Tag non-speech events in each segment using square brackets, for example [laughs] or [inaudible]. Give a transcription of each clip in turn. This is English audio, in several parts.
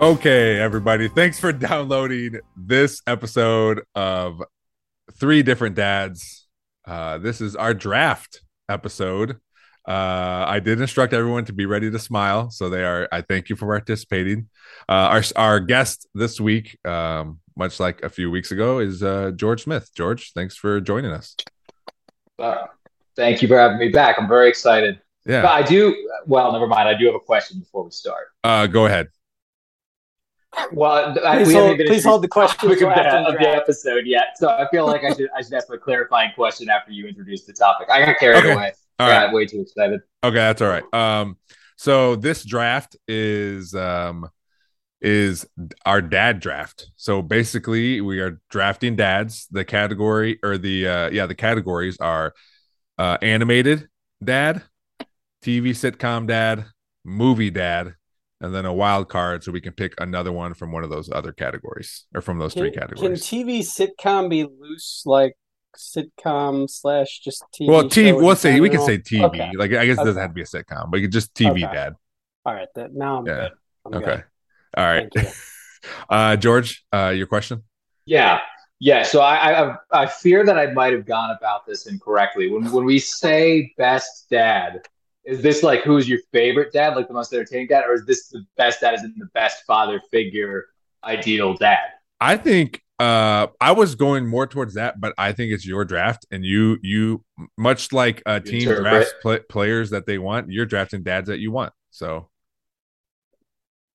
Okay, everybody. Thanks for downloading this episode of Three Different Dads. Uh, this is our draft episode. Uh, I did instruct everyone to be ready to smile, so they are. I thank you for participating. Uh, our our guest this week, um, much like a few weeks ago, is uh, George Smith. George, thanks for joining us. Uh, thank you for having me back. I'm very excited. But Yeah, I do, well, never mind. I do have a question before we start. uh, go ahead. Well, th- I, Please we hold, haven't been please hold the introduced question to the until topic after of the the, draft. episode yet, so I feel like I should I should ask a clarifying question after you introduce the topic. I got carried Okay. away. All right. Got way too excited. Okay, that's all right. Um, so this draft is um is our dad draft. So basically, we are drafting dads. The category or the uh yeah, the categories are uh animated dad, TV sitcom dad, movie dad, and then a wild card so we can pick another one from one of those other categories or from those three Can, can categories. TV sitcom be loose like sitcom slash just TV? well, TV. show in We'll say we can general? say TV. Okay. Like I guess it doesn't Okay. have to be a sitcom, but you could just TV Okay. dad. All right, that, now I'm Yeah. good. I'm Okay. good. All right. Thank you. Uh, George, uh, your question? Yeah, yeah. So I, I I- I fear that I might have gone about this incorrectly. When when we say best dad, is this like who's your favorite dad, like the most entertaining dad, or is this the best dad is in the best father figure, ideal dad? I think uh, I was going more towards that, but I think it's your draft, and you you much like uh, team Interpret. drafts pla players that they want. You're drafting dads that you want. So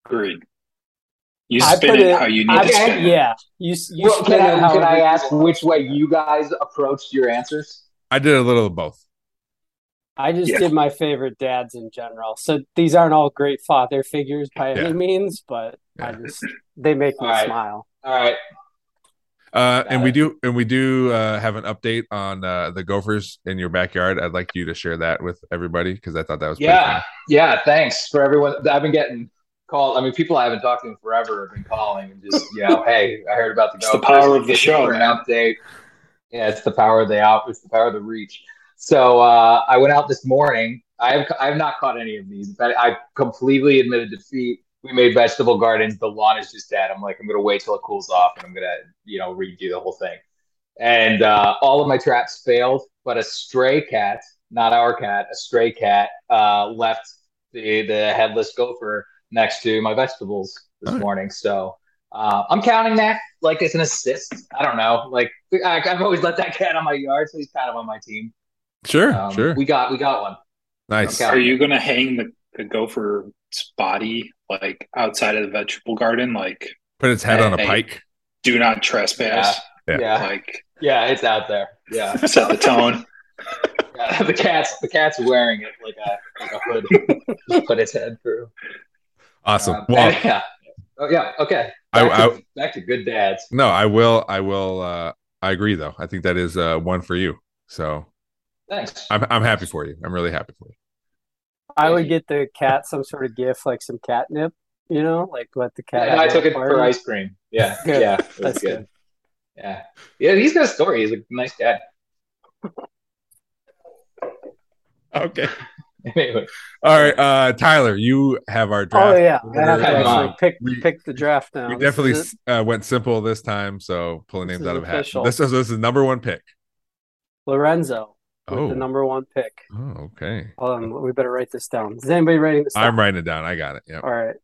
Agreed. You I spin put it, it- how you need I, to spin it. yeah, you s- you Well, spin can it I, however can I you ask want. which way you guys approached your answers? I did a little of both. I just Yeah. did my favorite dads in general. So these aren't all great father figures by Yeah. any means, but Yeah. I just they make me All right. smile. All right. Uh, and we it. do and we do uh, have an update on uh, the Gophers in your backyard. I'd like you to share that with everybody because I thought that was pretty Yeah. Yeah. Thanks for everyone. I've been getting called. I mean, people I haven't talked to in forever have been calling and just, you know, hey, I heard about the It's the Gophers. power of the Thank you show, For an man. update. Yeah, it's the power of the out. It's the power of the reach. So uh, I went out this morning. I have I have not caught any of these. In fact, I completely admitted defeat. We made vegetable gardens. The lawn is just dead. I'm like, I'm gonna wait till it cools off, and I'm gonna, you know, redo the whole thing. And uh, all of my traps failed, but a stray cat, not our cat, a stray cat uh, left the the headless gopher next to my vegetables this Oh. morning. So uh, I'm counting that like it's an assist. I don't know. Like I, I've always let that [laughs] cat on my yard, so he's kind of on my fun. team. Sure, Um, sure, We got we got one. nice. okay. Are you going to hang the, the gopher's body like outside of the vegetable garden? Like, Put its head on a Hey. pike. do not trespass. Yeah. Yeah, yeah, Like, it's out there. Yeah. set the tone. Yeah, [laughs] the cat's the cat's wearing it like a like a hood. Just put its head through. Awesome. Um, well, [laughs] yeah. Oh yeah. Okay. I- Back, to, back to good dads. no, I will. I will. Uh, I agree, though. I think that is uh, one for you. So Thanks. I'm I'm happy for you. I'm really happy for you. I Thank would you. get the cat some sort of gift, like some catnip, you know, like let the cat. Yeah, have I a took it party. for ice cream. [laughs] Yeah. Good. Yeah. It was That's good. good. Yeah. Yeah. He's got a story. He's a nice dad. [laughs] Okay. anyway. All right, uh, Tyler, you have our draft. Oh yeah, I have to Come actually on. pick We- pick the draft now. We This definitely is it. uh, went simple this time, so pulling This names is out of a hat. official. This is this is number one pick. Lorenzo with Oh, the number one pick. oh, okay. Hold on, we better write this down. Is anybody writing this? down? I'm writing it down. I got it. Yeah. All right.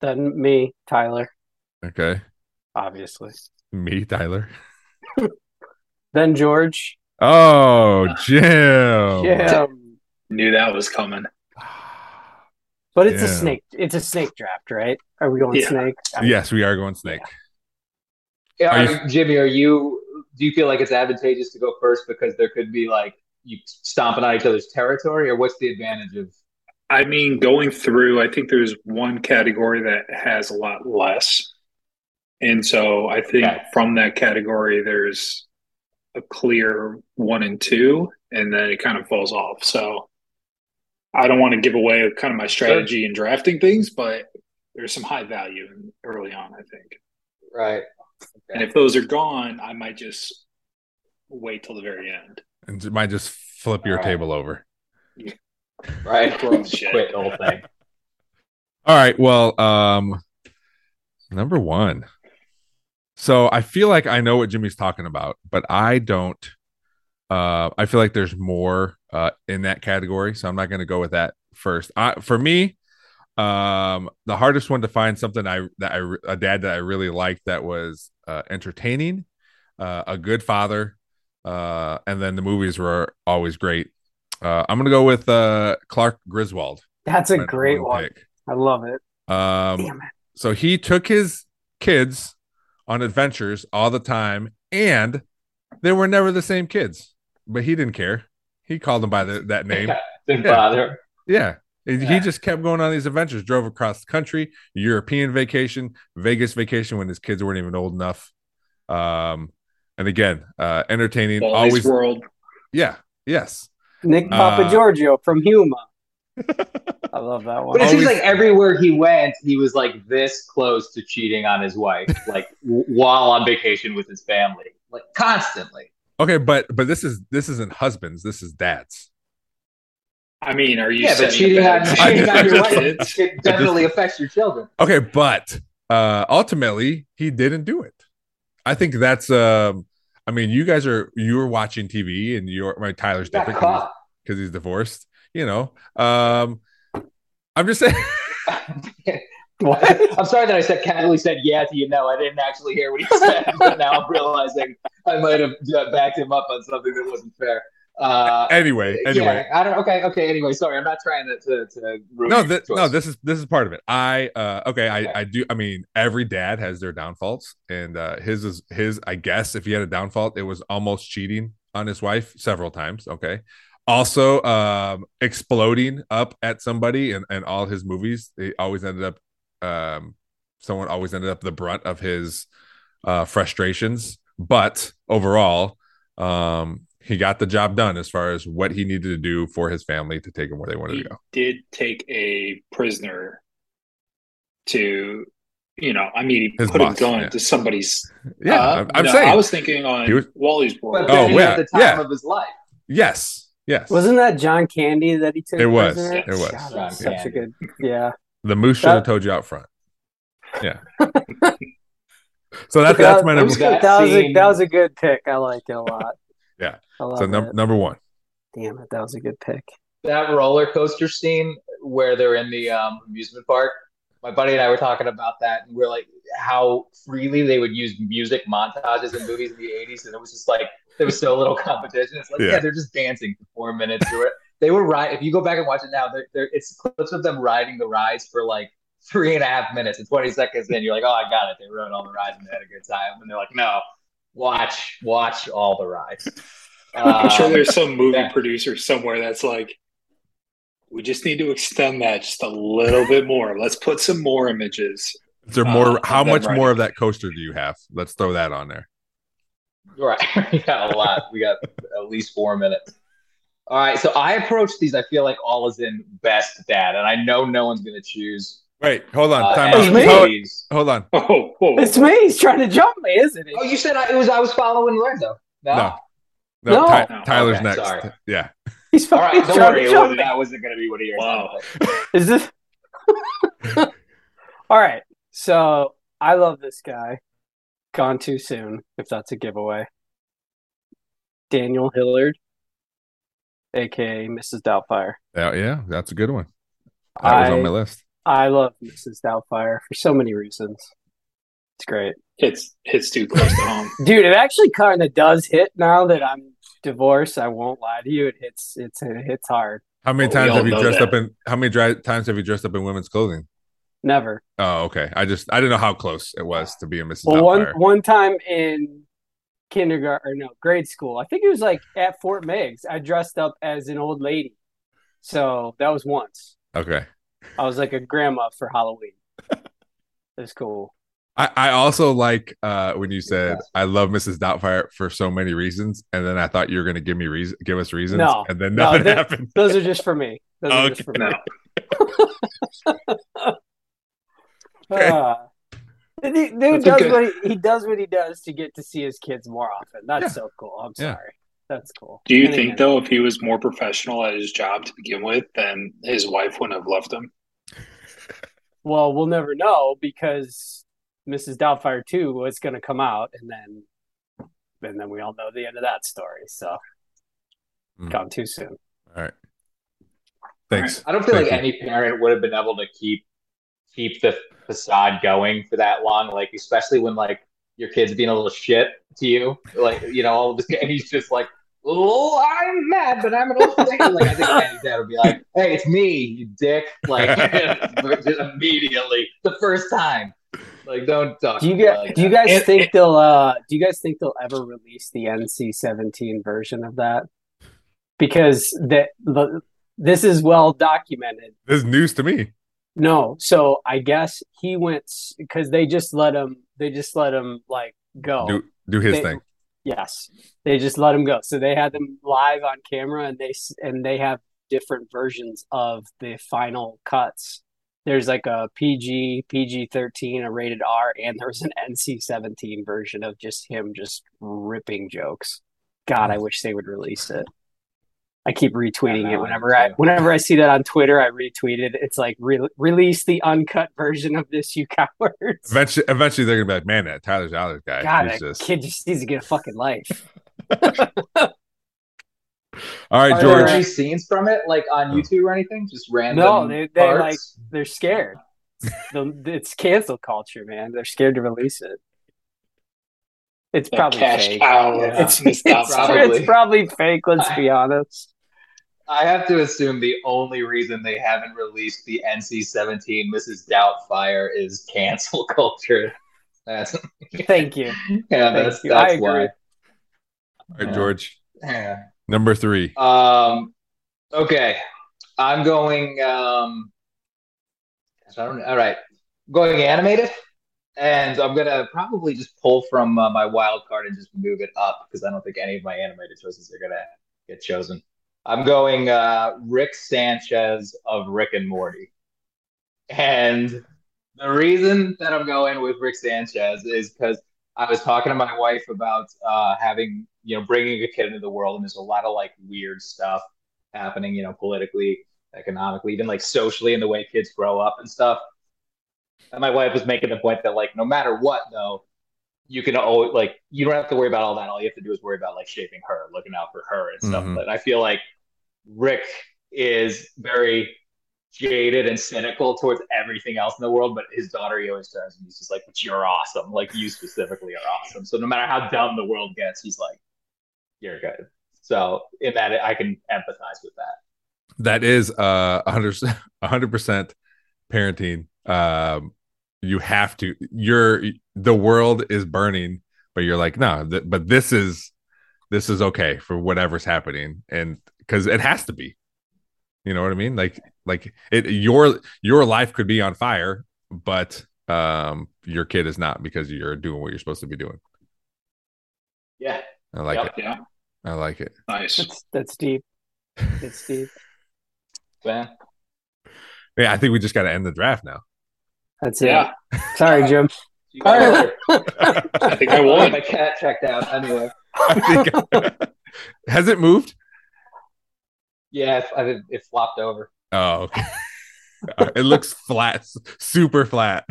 Then me, Tyler, Okay. obviously. Me, [laughs] Tyler. Then George. Oh, Jim. yeah, Knew that was coming. but it's a Yeah. snake. It's a snake draft, right? Are we going Yeah. snake? [sighs] Yes, we are going snake. Yeah, Are are you- Jimmy, are you? Do you feel like it's advantageous to go first because there could be like you stomping on each other's territory, or what's the advantage of? I mean, going through, I think there's one category that has a lot less. And so I think Okay. from that category, there's a clear one and two, and then it kind of falls off. So I don't want to give away kind of my strategy in drafting things, but there's some high value in- early on, I think. Right. And if those are gone, I might just wait till the very end. And it might just flip your All right. table over. right? Gross [laughs] shit. Quit the [laughs] whole thing. All right. Well, um, number one. So I feel like I know what Jimmy's talking about, but I don't. Uh, I feel like there's more uh, in that category, so I'm not going to go with that first. I, for me, um, the hardest one to find something I that I re- a dad that I really liked that was uh, entertaining, uh, a good father, uh, and then the movies were always great. Uh, I'm going to go with uh, Clark Griswold. That's a My great number one. pick. I love it. Um, Damn it. so he took his kids on adventures all the time, and they were never the same kids. But he didn't care. He called them by the, that name. [laughs] Didn't Yeah. bother. Yeah. He- He Yeah. just kept going on these adventures, drove across the country, European vacation, Vegas vacation when his kids weren't even old enough. Um, and again, uh, entertaining, always. Wally's World. Yeah. Yes. Nick Papa Uh, Giorgio from Huma. [laughs] I love that one. But it seems Always- like everywhere he went, he was like this close to cheating on [laughs] his wife, like w- while on vacation with his family, like constantly. Okay, but but this is this isn't husbands. This is dads. I mean, are you yeah, setting but a cheating [laughs] on, bad cheating on your [laughs] example wife, for it kids? definitely affects your children. Okay, but uh ultimately he didn't do it. I think that's um I mean you guys are you were watching TV and you're my Tyler's Got different caught. because he's divorced, you know. Um I'm just [laughs] saying [laughs] What? I'm sorry that I said casually said yeah to you. No, I didn't actually hear what he [laughs] said, but now I'm realizing I might have uh, backed him up on something that wasn't fair. Uh, anyway, anyway. yeah, I don't. Okay, okay. Anyway, sorry, I'm not trying to to, to ruin No, your th- choice. no, this is this is part of it. I uh okay, Okay. I I do I mean every dad has their downfalls and uh his is his I guess if he had a downfall it was almost cheating on his wife several times, okay? Also um exploding up at somebody and and all his movies, they always ended up um someone always ended up the brunt of his uh frustrations, but overall um he got the job done as far as what he needed to do for his family to take him where they wanted he to go. did take a prisoner to, you know, I mean, he His put boss, a gun yeah. to somebody's. Yeah, Uh, I'm, I'm no, saying I was thinking on He was- Wally's but World. Oh, then he yeah, had the time yeah. of his life. yes, yes. Wasn't that John Candy that he took? It was. prisoner? It was. God, that's John such a Candy. good. Yeah. the moose should have that- told you out front. [laughs] Yeah. so that's that's my That- number. was good. That, was a, scene- that was a good pick. I like it a lot. [laughs] Yeah. I love So num- it. number one. Damn it, that was a good pick. that roller coaster scene where they're in the um, amusement park. My buddy and I were talking about that, and we are like, how freely they would use music montages in movies in the '80s, and it was just like there was so little [laughs] competition. It's like, Yeah. yeah, they're just dancing for four minutes through it. They were right. If you go back and watch it now, they're, they're, it's clips of them riding the rides for like three and a half minutes and 20 seconds in. You're like, oh, I got it. They rode all the rides and they had a good time. And they're like, no, watch, watch all the rides. Oh. I'm sure Um, there's some movie yeah. producer somewhere that's like, we just need to extend that just a little bit more. Let's put some more images. [laughs] Is there Uh, more? how that much right. more of that coaster do you have? Let's throw that on there. Right. [laughs] we got a lot. We got at least four minutes. All right. So I approach these, I feel like all is in best dad. And I know no one's going to choose. Wait, hold on. uh, time It's out. me. Hold, Anthony's. hold on. Oh, whoa, whoa, It's whoa. me. He's trying to jump me, isn't he? Oh, you said I it was I was following Lorenzo. No. No. No, No. Ty- No, Tyler's okay, next. sorry. Yeah. He's All [laughs] right. fucking Don't trying worry. to it jump wasn't- me. that wasn't going to be what he hears. Wow. Is this? [laughs] All right. So I love this guy. Gone too soon, if that's a giveaway. Daniel Hillard, aka Mrs. Doubtfire. Yeah, yeah, that's a good one. That was I- on my list. I love Mrs. Doubtfire for so many reasons. It's great. Hits, hits too close to home. Dude, it actually kind of does hit now that I'm divorced. I won't lie to you. It hits it's it hits hard. How many Well, Oh, we times all have you know dressed that. up in? How many dri- times have you dressed up in women's clothing? Never. Oh, okay. I just I didn't know how close it was to be a Mrs. Well, one Doubtfire. one time in kindergarten or no, grade school. I think it was like at Fort Meigs. I dressed up as an old lady. So, that was once. Okay. I was like a grandma for Halloween. It was cool. I, I also like uh, when you said I love Mrs. Doubtfire for so many reasons, and then I thought you were going to give me reason, give us reasons, No. and then No, nothing that- happened. Those are just for me. Those are just for me. No. Okay. [laughs] Ah. The dude That's does okay. what he, he does what he does to get to see his kids more often. That's Yeah. so cool. I'm Yeah. sorry. That's cool. [laughs] Do you And think again, though, if he was more professional at his job to begin with, then his wife wouldn't have left him? Well, we'll never know because Mrs. Doubtfire two was going to come out, and then and then we all know the end of that story. So Hmm. gone too soon. All right. Thanks. I don't feel Thank like you. any parent would have been able to keep keep the facade going for that long. Like especially when like your kid's being a little shit to you, like you know, all of this, and he's just like, "Oh, I'm mad, but I'm an old lady." Like I think any dad would be like, "Hey, it's me, you dick!" Like [laughs] just immediately the first time. Like don't talk. Do you to me get? like do you that. guys It- think it- they'll? uh Do you guys think they'll ever release the NC seventeen version of that? Because that the, this is well documented. This is news to me. No, so I guess he went because they just let him. They just let him like go. Do do his They- thing. Yes, they just let him go. So they had them live on camera, and they s- and they have different versions of the final cuts. There's like a PG, PG thirteen, a rated R, and there's an NC seventeen version of just him just ripping jokes. God, I wish they would release it. I keep retweeting it whenever I whenever I see that on Twitter. I retweet it. It's like re- release the uncut version of this, you [laughs] cowards. Eventually, eventually they're gonna be like, man, that Tyler Dollar guy. God, is that just... kid just needs to get a fucking life. All right, Are George. Oh. there any scenes from it, like on YouTube or anything? Just random. No, they- they, parts? like- they're scared. The, it's cancel culture, man. They're scared to release it. It's That probably cash fake. cow. Yeah. It's Miss [laughs] It's, Doubtfire. probably. it's probably fake. Let's [laughs] be honest. I have to assume the only reason they haven't released the NC-17 Mrs. Doubtfire is cancel [laughs] culture. That's Thank you. yeah, that's you. I that's agree. why. All right, George. Yeah. Number three. Um. Okay, I'm going. Um. I don't. All right, going animated, and I'm gonna probably just pull from uh, my wild card and just move it up because I don't think any of my animated choices are gonna get chosen. I'm going uh, Rick Sanchez of Rick and Morty, and the reason that I'm going with Rick Sanchez is because I was talking to my wife about uh, having, you know, bringing a kid into the world, and there's a lot of like weird stuff happening, you know, politically, economically, even like socially, in the way kids grow up and stuff. And my wife was making the point that like, no matter what, though, you can always like, you don't have to worry about all that. All you have to do is worry about like shaping her, looking out for her, and stuff. Mhm. But I feel like Rick is very jaded and cynical towards everything else in the world, but his daughter he always turns and he's just like, But you're awesome. Like you specifically are awesome. So no matter how dumb the world gets, he's like, You're good. So in that I can empathize with that. That is uh 100 percent parenting. Um you have to you're the world is burning, but you're like, no, th- but this is this is okay for whatever's happening. And because it has to be. You know what I mean? Like like it your your life could be on fire, but um your kid is not because you're doing what you're supposed to be doing. Yeah. I like Yep. it. Yeah, I like it. nice. That's that's deep. That's deep. Man. Yeah, I think we just gotta end the draft now. That's it. Yeah, Sorry, Jim. You guys are- I I think I [laughs] won. My cat checked out anyway. think [laughs] has it moved? Yeah, it, I- it flopped over. Oh, okay. Uh, it looks flat, s- super flat.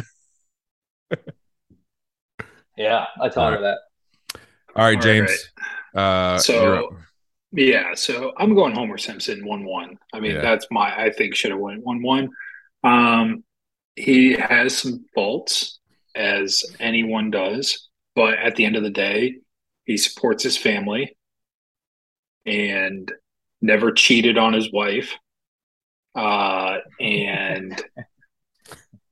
Yeah, I told her that. All right, All James. Uh, So- you're up. Yeah, so I'm going Homer Simpson one one. I mean, Yeah. that's my I think should have went one one. Um, he has some faults, as anyone does, but at the end of the day, he supports his family and never cheated on his wife. Uh, and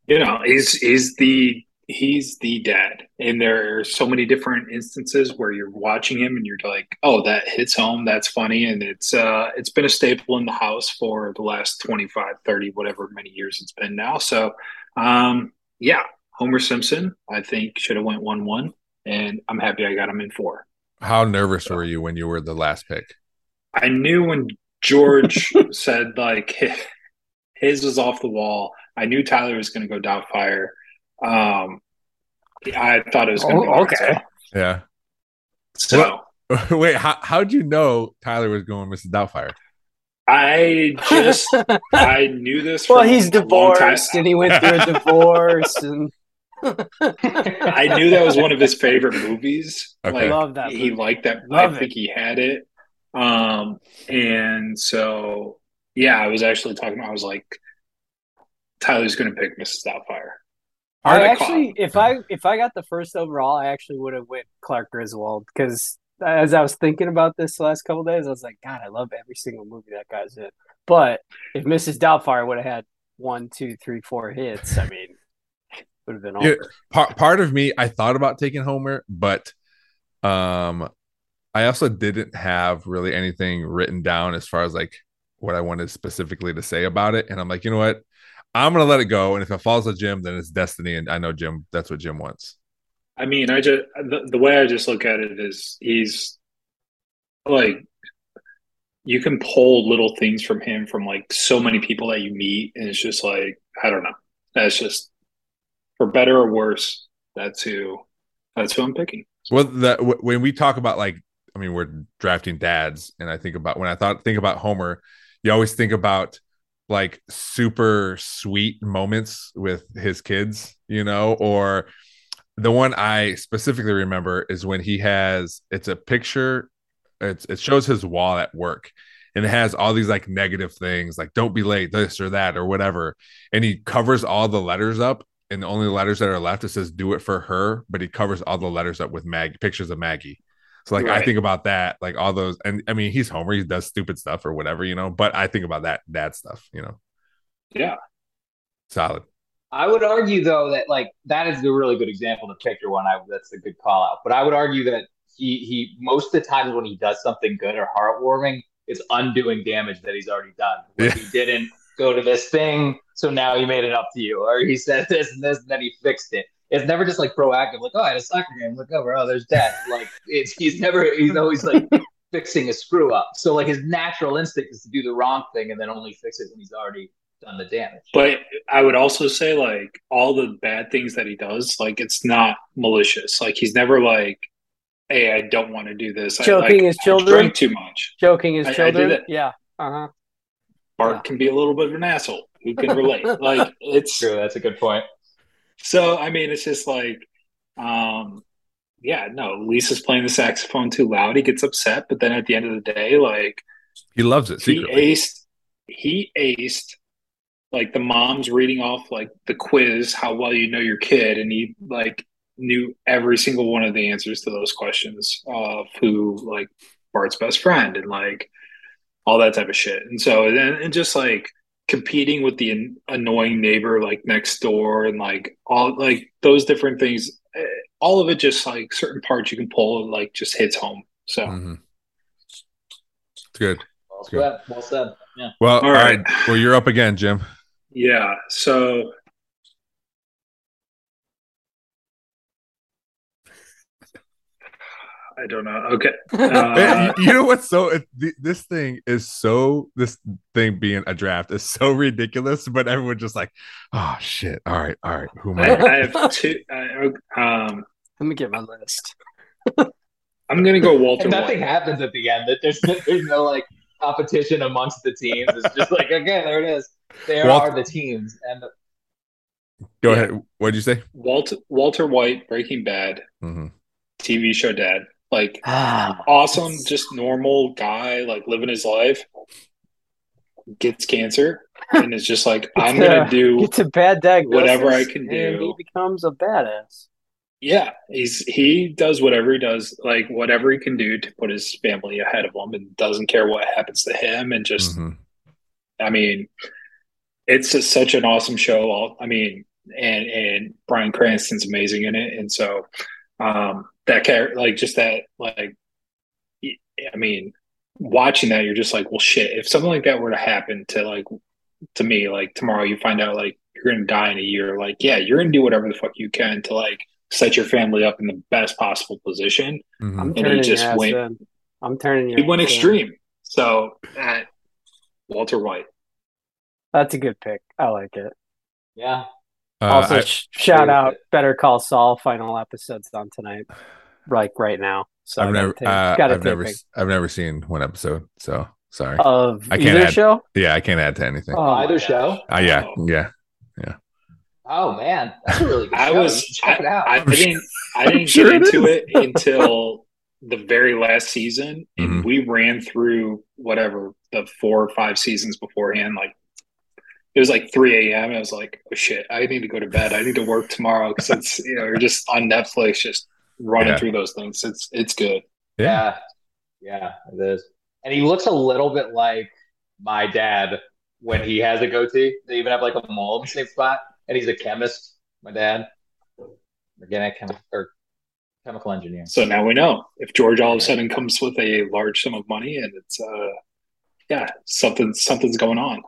you know, he's he's the he's the dad. And there are so many different instances where you're watching him and you're like, oh, that hits home. That's funny. And it's uh it's been a staple in the house for the last 25, 30, whatever many years it's been now. So um yeah, Homer Simpson, I think should have went one one. And I'm happy I got him in four. how nervous were you when you were the last pick? I knew when George [laughs] said like his was off the wall. I knew Tyler was going to go Doubtfire. Um, I thought it was going to Oh, go okay. Rizzo. Yeah, So [laughs] Wait, how how'd you know Tyler was going Mrs. Doubtfire? I [laughs] just I knew this. well, from he's a long time. divorced and he went through a divorce and [laughs] I knew that was one of his favorite movies. Okay. Like, love that. he movie. liked that. Love I it. think he had it. Um, and so yeah, I was actually talking. I was like, Tyler's going to pick Mrs. Doubtfire. I Or the actually, cop. if I if I got the first overall, I actually would have went Clark Griswold because as I was thinking about this last couple days, I was like, God, I love every single movie that guy's in. But if Mrs. Doubtfire would have had one, two, three, four hits, I mean, would have been over. Yeah. part part of me I thought about taking Homer, but um I also didn't have really anything written down as far as like what I wanted specifically to say about it. And I'm like, you know what? I'm gonna let it go. And if it falls to Jim, then it's destiny. And I know Jim, that's what Jim wants. I mean, I just the, the way I just look at it is he's like you can pull little things from him from like so many people that you meet, and it's just like I don't know. That's just for better or worse. That's who. That's who I'm picking. Well, the w- when we talk about like, I mean, we're drafting dads, and I think about when I thought think about Homer, you always think about like super sweet moments with his kids, you know, or the one I specifically remember is when he has it's a picture, it's, it shows his wall at work, and it has all these like negative things like don't be late, this or that or whatever, and he covers all the letters up and the only letters that are left it says do it for her but he covers all the letters up with maggie pictures of maggie so like i Right. think about that like all those and i mean he's homer he does stupid stuff or whatever you know but i think about that that stuff you know Yeah. solid I would argue though that like that is a really good example to pick your one. I, that's a good call out. But I would argue that he he most of the times when he does something good or heartwarming, it's undoing damage that he's already done. Like, Yeah. He didn't go to this thing, so now he made it up to you, or he said this and this and then he fixed it. It's never just like proactive, like oh I had a soccer game, look over, oh there's death. Like it's he's never he's always [laughs] like fixing a screw up. So like his natural instinct is to do the wrong thing and then only fix it when he's already done the damage. But I would also say like all the bad things that he does, like it's not malicious. Like he's never like, hey, I don't want to do this. I, Choking like, his I children? drink too much. Joking his I- I did children, it. yeah, uh huh. Bart Yeah. can be a little bit of an asshole. Who can relate? like it's True, that's a good point. So I mean, it's just like, um, yeah, no. Lisa's playing the saxophone too loud. He gets upset, but then at the end of the day, like he loves it he secretly aced, he aced. Like the mom's reading off like the quiz, how well you know your kid, and he like knew every single one of the answers to those questions of who like Bart's best friend and like all that type of shit. And so and, and just like competing with the an- annoying neighbor like next door and like all like those different things, eh, all of it just like certain parts you can pull and like just hits home. So Mhm. it's good Well Good. said. Well said. Yeah. well all All right. right. well you're up again jim yeah, so I don't know. Okay. Man, Uh, you, you know what's so it- th- this thing is so this thing being a draft is so ridiculous but everyone just like oh shit all right all right who am I, i [laughs] I have two. I, um, [laughs] Let me get my [sighs] list. I'm gonna go Walter And nothing White. happens at the end. That there's [laughs] there's no like competition amongst the teams. It's just like okay, there it is. There Walt- are the teams, and the, go Yeah. ahead what'd you say Walter Walter White, Breaking Bad, Mhm. TV show dad. Like Ah, awesome, just normal guy, like living his life. Gets cancer and is just like, I'm gonna do it's a bad diagnosis. Whatever I can and do. he becomes a badass. yeah. He's he does whatever he does, like whatever he can do to put his family ahead of him and doesn't care what happens to him and just Mhm. I mean, it's just such an awesome show. I'll- I mean, and and Brian Cranston's amazing in it, and so um, that character, like just that, like y- I mean, watching that, you're just like, well, shit. If something like that were to happen to like to me, like tomorrow, you find out like you're gonna die in a year. Like, yeah, you're gonna do whatever the fuck you can to like set your family up in the best possible position. Mhm. I'm he turning your just ass went- in. I'm turning your. He went ass in. extreme, so uh, Walter White. That's a good pick. I like it. yeah, Uh, also, I- sh- shout out Better Call Saul final episodes on tonight, like right now. So I've I gotta never, take- uh, gotta I've take Uh, a never, pic s- I've never seen one episode. So sorry. of I can't either add- show. yeah, I can't add to anything. Oh, my Either gosh. show. Uh, yeah, Oh. yeah. Oh man, that's a really good I show. was- You should check it out. I I'm sure- didn't. I didn't sure get it into is. [laughs] it until the very last season, and Mhm. we ran through whatever the four or five seasons beforehand. Like it was like three a.m. I was like, "Oh shit, I need to go to bed. I need to work tomorrow [laughs] because it's you know you're just on Netflix, just running Yeah. through those things. It's it's good. Yeah. yeah, yeah, it is. And he looks a little bit like my dad when he has a goatee. They even have like a mole in the same spot, and he's a chemist. My dad, organic chemist or chemical engineer. So now we know if George all of a sudden comes with a large sum of money, and it's uh, yeah, something something's going on.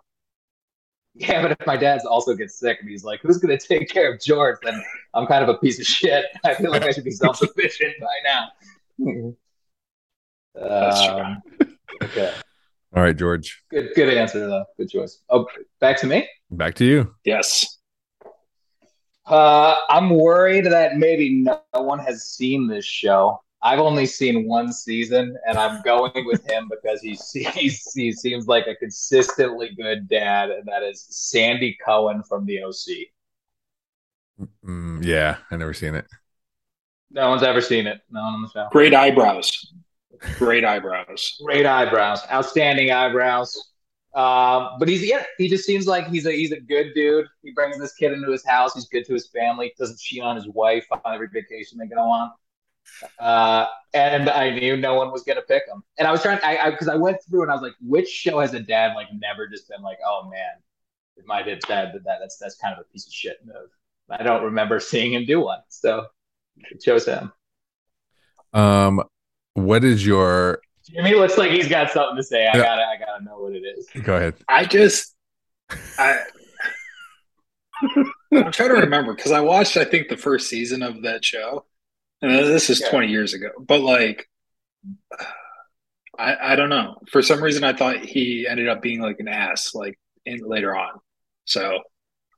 Yeah, but if my dad's also gets sick and he's like, "Who's going to take care of George?" Then I'm kind of a piece of shit. [laughs] I feel like I should be self-sufficient by now. [laughs] That's true. Um, okay, All right, George. good, good answer though. Good choice. Oh, back to me. Back to you. Yes, Uh, I'm worried that maybe no one has seen this show. I've only seen one season, and I'm going with him because he sees [laughs] he seems like a consistently good dad, and that is Sandy Cohen from The OC. Mm, yeah, I never seen it. No one's ever seen it. No one on the show. great eyebrows, great eyebrows. Great eyebrows, outstanding eyebrows. Um, but he's yeah, he just seems like he's a he's a good dude. He brings this kid into his house. He's good to his family. Doesn't cheat on his wife on every vacation they go on. Uh, and I knew no one was gonna pick him. And I was trying, I because I, went through and I was like, which show has a dad like never just been like, oh man, if my dad did that, that's that's kind of a piece of shit move. I don't remember [laughs] seeing him do one, so it chose him. Um, what is your? Jimmy looks like he's got something to say. I Yeah. gotta, I gotta know what it is. Go ahead. [laughs] I just, I, I'm trying to remember because I watched, I think, the first season of that show, and uh, this is Yeah. 20 years ago. But like, I, I don't know. For some reason, I thought he ended up being like an ass, like in, later on. So,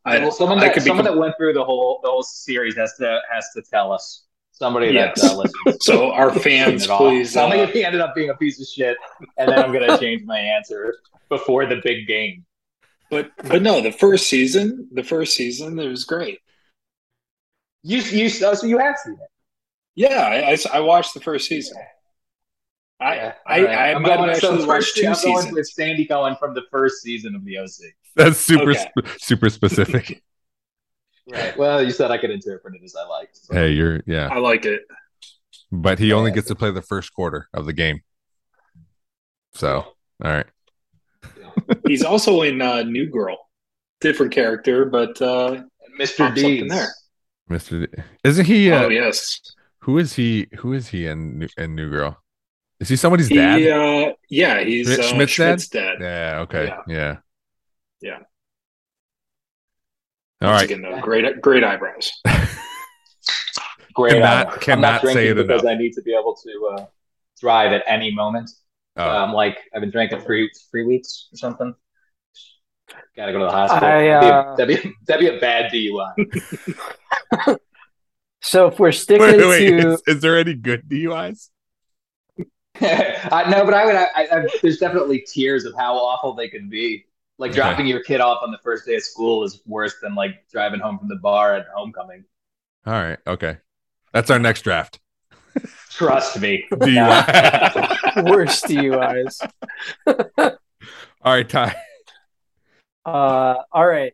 I well, someone I that could be someone com- that went through the whole the whole series has to has to tell us. Somebody Yes. that uh, listens. [laughs] [laughs] so our fans, At all. please. Tell me uh, if he ended up being a piece of shit, and then I'm [laughs] gonna change my answer before the big game. but but no, the first season, the first season, it was great. You you so so you have seen it. Yeah, I, I s- I watched the first season. I Yeah. I, All right. I, I'm might have going- so actually first- watched 2 I'm going seasons. with Sandy Cohen from the first season of the OC. That's super Okay. sp- super specific. Right. Well, you said I could interpret it as I liked. so. hey, you're yeah, I like it. but he only Yeah. gets to play the first quarter of the game. So, all right. He's also in uh, New Girl, different character, but uh, And Mr. Pops up in Deeds. there. Mr. D- Isn't he uh, oh yes, who is he who is he in New, in New Girl? Is he somebody's he, dad? uh, yeah, he's Schmidt- uh, Schmidt's Schmidt's, dad? dad. Yeah, okay. Yeah. Yeah. Yeah. All Once right. again, though, great, great eyebrows. [laughs] Great. Cannot- honor. I'm cannot not say drinking it because I need to be able to uh, drive at any moment. Oh, Um, like I've been drinking three three weeks or something. Gotta go to the hospital. I, uh, that'd, be a, that'd, be that'd be a bad DUI. [laughs] So if we're um, sticking wait, wait, to Is, is there any good DUIs? I, [laughs] Uh, no, but I would. I, I, there's definitely tiers of how awful they could be. Like Okay. dropping your kid off on the first day of school is worse than like driving home from the bar at homecoming. All right. Okay. That's our next [laughs] draft. Trust me. [sighs] DUI. worst DUIs. [laughs] All right, Ty. Uh, all right,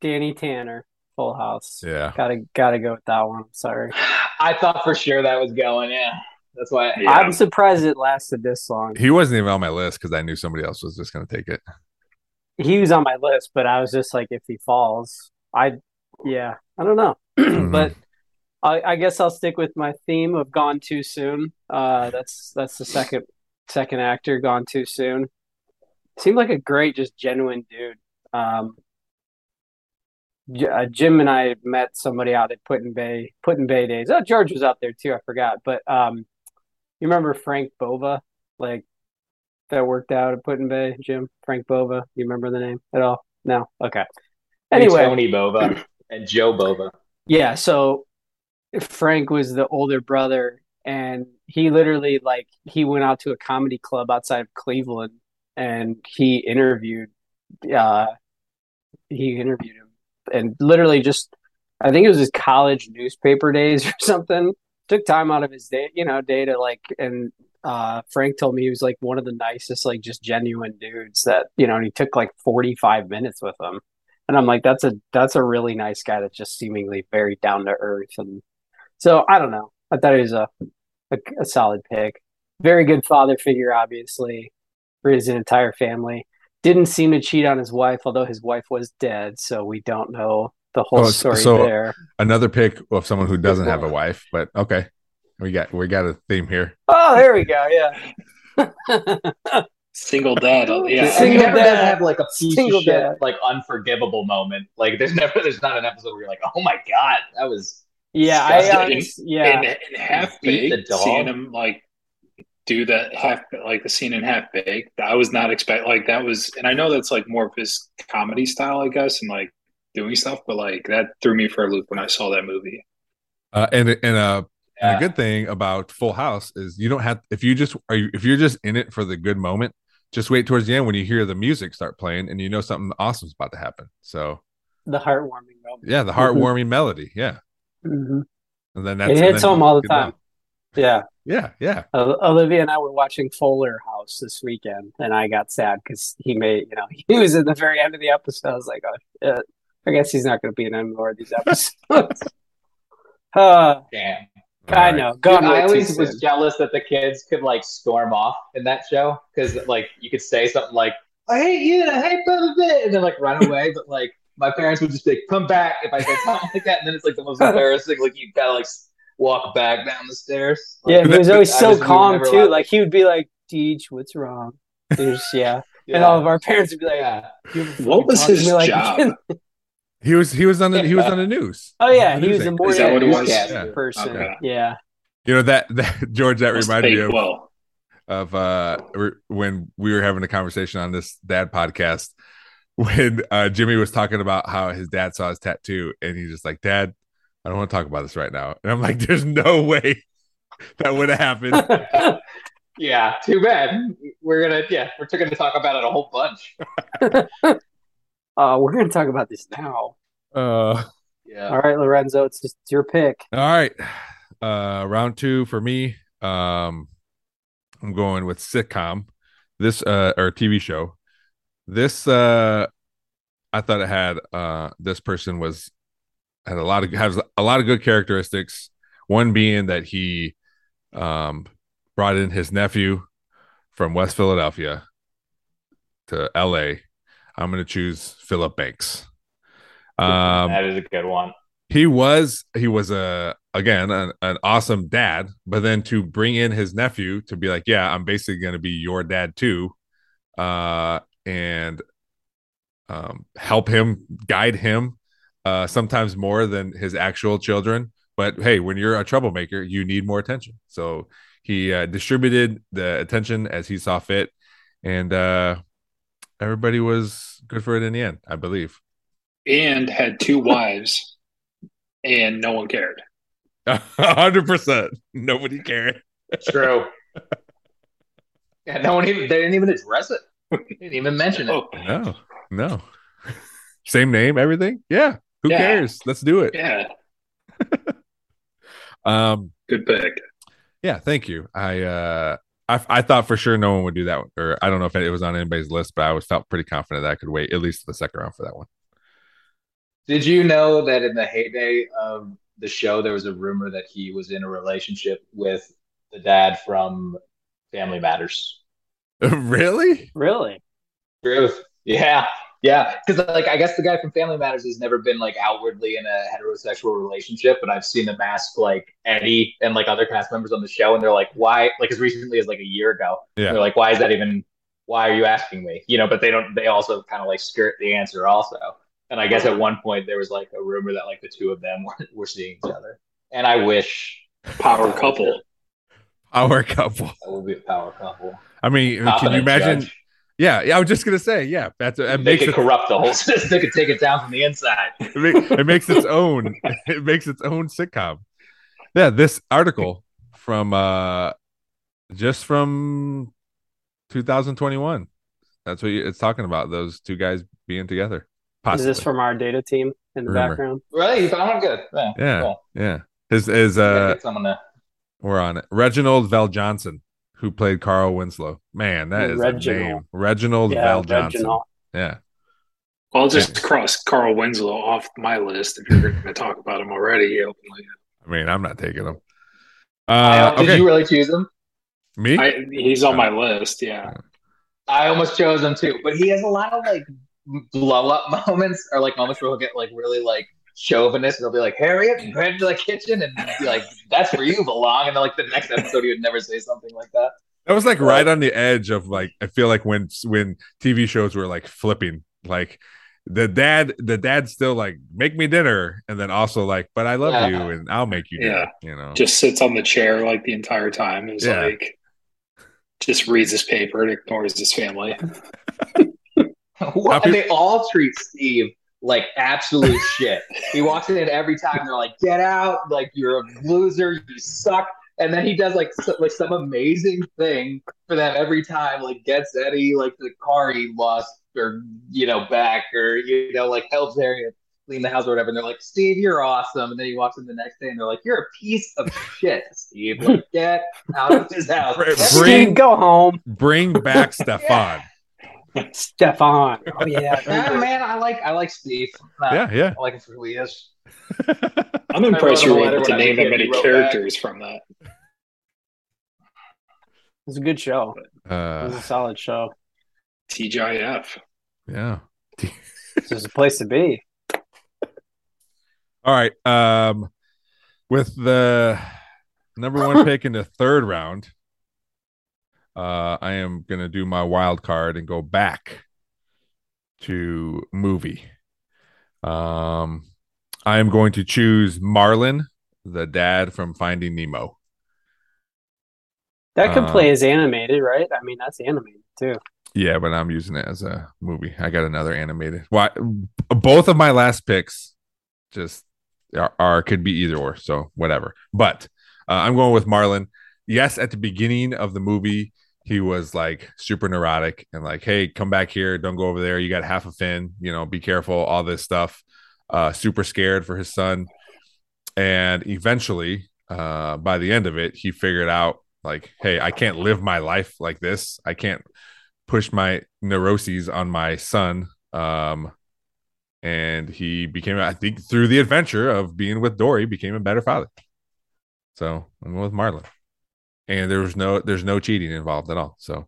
Danny Tanner, Full House. Yeah. Gotta gotta go with that one. I'm sorry. I thought for sure that was going. Yeah, that's why. Yeah. I'm surprised it lasted this long. He wasn't even on my list because I knew somebody else was just going to take it. He was on my list, but I was just like, if he falls, I yeah, I don't know. [clears throat] But I, I guess I'll stick with my theme of gone too soon. Uh, that's that's the second second actor gone too soon. Seemed like a great, just genuine dude. Um, J- uh, Jim and I met somebody out at Put in Bay Put in Bay days. Oh, George was out there too. I forgot, but um, you remember Frank Bova, like that worked out at Put in Bay. Jim Frank Bova. You remember the name at all? No. Okay. Anyway, Tony Bova and Joe Bova. yeah, so Frank was the older brother, and he literally like he went out to a comedy club outside of Cleveland and he interviewed uh he interviewed him and literally just I think it was his college newspaper days [laughs] or something. Took time out of his day, you know, day to like and uh Frank told me he was like one of the nicest, like just genuine dudes that, you know, and he took like forty five minutes with him. And I'm like, that's a that's a really nice guy that's just seemingly very down to earth. And so I don't know. I thought he was a a, a solid pick. Very good father figure, obviously, for his entire family. Didn't seem to cheat on his wife, although his wife was dead, so we don't know the whole Oh, so- story so- there. Another pick of someone who doesn't have a wife, but okay. We got we got a theme here. Oh, there we go. Yeah. Single dad. uh, Yeah. And he Single never dad. does have like a piece Single of shit, dad. like unforgivable moment. Like there's [laughs] never there's not an episode where you're like, oh my god, that was yeah. I, Disgusting. honest- yeah. and, and half Beat the baked dog. seeing him like do that half like the scene in half baked i was not expect like that was and i know that's like more of his comedy style i guess and like doing stuff but like that threw me for a loop when i saw that movie Uh, and and uh, and Yeah. a good thing about Full House is you don't have if you just are you, if you're just in it for the good moment, just wait towards the end when you hear the music start playing and you know something awesome's about to happen. So The heartwarming moment. yeah, the heartwarming melody, yeah, hmm Mm-hmm. and then that's Mm-hmm. It and hits then home all the good luck. time. Yeah. Yeah, yeah. O- Olivia and I were watching Fuller House this weekend, and I got sad because he made, you know, [laughs] he was at the very end of the episode. I was like, oh, shit. I guess he's not going to be in any more of [laughs] these episodes. [laughs] uh, damn. I All right. know. Dude, Gone way I too always was soon. jealous that the kids could like storm off in that show because like you could say something like "I hate you," "I hate blah blah blah," and then like run away. but like my parents would just be like, "Come back!" if I [laughs] said something like that, and then it's like the most embarrassing. Like you gotta like s- walk back down the stairs. Like, Yeah, he was always I so was- we calm never too. laughed. Like he would be like, "Deej, what's wrong?" It was- yeah. [laughs] and yeah. all of our parents would be like, yeah. what was talking to his me like- [laughs] job He was he was on the he was on the news. "Oh yeah, The he was news a anchor. morning Is that what it was? Yeah. person." Okay. [laughs] Yeah, [laughs] You know that that [laughs] George that Must reminded bake me of, well of uh re- when we were having a conversation on this dad podcast [laughs] when uh Jimmy was talking about how his dad saw his tattoo and he's just like, "Dad, I don't want to talk about this right now." And I'm like, "There's no [laughs] way that would have [laughs] happened." Yeah, too bad. We're gonna yeah, we're gonna talk about it a whole bunch. uh, we're gonna talk about this now. Uh, Yeah. All right, Lorenzo, it's, it's your pick. all right, uh, round two for me. Um, I'm going with sitcom, this uh or TV show. This uh, I thought it had uh this person was had a lot of has a lot of good characteristics. One being that he um brought in his nephew from West Philadelphia to L.A. I'm going to choose Philip Banks. Um, that is a good one. he was he was a again an, an awesome dad but then to bring in his nephew to be like yeah i'm basically going to be your dad too uh and um help him guide him uh sometimes more than his actual children but hey when you're a troublemaker you need more attention so he uh, distributed the attention as he saw fit and uh everybody was good for it in the end i believe [laughs] and [laughs] had two wives and no one cared 100% nobody cared True. yeah, no one even they didn't even address it. They didn't even mention it. oh, No, no. Same name, everything. Yeah. Who Yeah. cares? Let's do it. yeah Um, good pick yeah, thank you. I uh I, I thought for sure no one would do that, one, or I don't know if it was on anybody's list, but I was felt pretty confident that I could wait at least the second round for that one. Did you know that in the heyday of the show, there was a rumor that he was in a relationship with the dad from Family Matters? really? Really? Truth. Yeah. Yeah. Because, like, I guess the guy from Family Matters has never been, like, outwardly in a heterosexual relationship, but I've seen them ask, like, Eddie and, like, other cast members on the show, and they're like, why? Like, as recently as, like, a year ago, Yeah. they're like, why is that even, why are you asking me? You know, but they don't, they also kind of, like, skirt the answer also. And I guess at one point there was, like, a rumor that, like, the two of them [laughs] were, were seeing each other. And I wish power couple Power couple. that would be a power couple. I mean, can you Competent imagine? judge. Yeah, yeah, I was just gonna say, yeah, that's that They makes could it, corrupt the whole [laughs] system. They could take it down from the inside. it, ma- it makes its [laughs] own it makes its own sitcom. Yeah, this article from uh just from 2021. That's what you, it's talking about. Those two guys being together. Is this from our data team in the Rumor. background? Really? You found it good. Yeah. Yeah. Cool. yeah. His is Gotta uh get someone to- we're on it. Reginald Val Johnson, who played Carl Winslow. Man, that is Reginald. a name. Reginald Yeah, Val Johnson. Reginald. Yeah. I'll just cross Carl Winslow off my list if you're going to talk about him already openly. I mean, I'm not taking him. I- Uh, Did okay. you really choose him? Me? I, he's on my list. Yeah, I almost chose him too, but he has a lot of like blow up [laughs] moments or like moments where he'll get like really like chauvinist and they'll be like, Harriet, go into the kitchen and be like, that's where you belong. And then like the next episode, he would never say something like that. That was like right on the edge of like I feel like when when TV shows were like flipping like the dad the dad's still like make me dinner and then also like but I love Yeah. you and I'll make you dinner, you know. just sits on the chair like the entire time. Is Yeah. like just reads his paper and ignores his [laughs] family. [laughs] What- Happy- and they all treat Steve like absolute shit. He walks in every time. They're like, "Get out! Like you're a loser. You suck." And then he does like so, like some amazing thing for them every time. Like gets Eddie like the car he lost, or you know back, or you know like helps Harriet clean the house or whatever. And they're like, "Steve, you're awesome." And then he walks in the next day, and they're like, "You're a piece of shit, Steve. Like get out of his house." Bring- Steve, go home. [laughs] Bring back Stefan. Stefan. Oh [laughs] yeah. Ah, man, I like I like Steve. Nah, Yeah, yeah. I like him for who he is. I'm wrote impressed him you a were letter able to when I name was a that kid. many He wrote characters from that. It was a good show. It was Uh a solid show. TGIF. yeah. This was a place to be. All right. Um with the number one pick in the third round, uh I am gonna do my wild card and go back to movie. Um I am going to choose Marlin, the dad from Finding Nemo. That could Uh, play as animated, right? I mean, that's animated too. Yeah, but I'm using it as a movie. I got another animated. Why both of my last picks just are, are could be either or, so whatever. But uh, I'm going with Marlon. Yes, at the beginning of the movie, he was like super neurotic and like, "Hey, come back here! Don't go over there. You got half a fin. You know, be careful." All this stuff. Uh, super scared for his son, and eventually, uh, by the end of it, he figured out like, "Hey, I can't live my life like this. I can't push my neuroses on my son." Um, and he became, I think, through the adventure of being with Dory, became a better father. So I'm going with Marlon. And there was no there's no cheating involved at all. So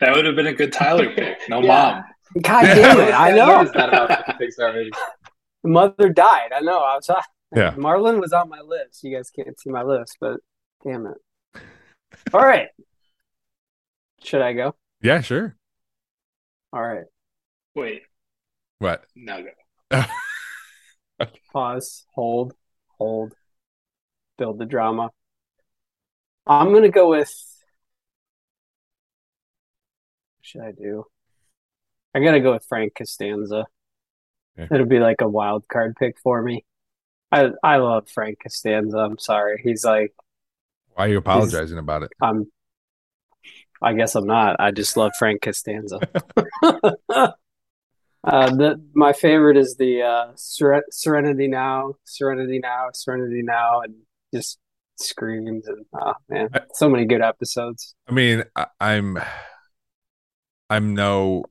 That would have been a good Tyler pick. No [laughs] Yeah. mom. [laughs] God Yeah. damn it! I What know. is that about Pixar [laughs] movies? Mother died. I know. I was. ah. Yeah. Marlon was on my list. You guys can't see my list, but damn it. All right. Should I go? yeah, sure. All right. Wait, What? no. go. Pause. Hold. Hold. Build the drama. I'm gonna go with. What should I do? I'm gonna go with Frank Costanza. Okay. It'll be like a wild card pick for me. I I love Frank Costanza. I'm sorry. He's like Why are you apologizing about it? I'm. I guess I'm not. I just love Frank [laughs] Costanza. [laughs] uh, the, my favorite is the uh, Seren- Serenity Now, Serenity Now, Serenity Now, and just screams and oh man, so many good episodes. I mean, I, I'm I'm no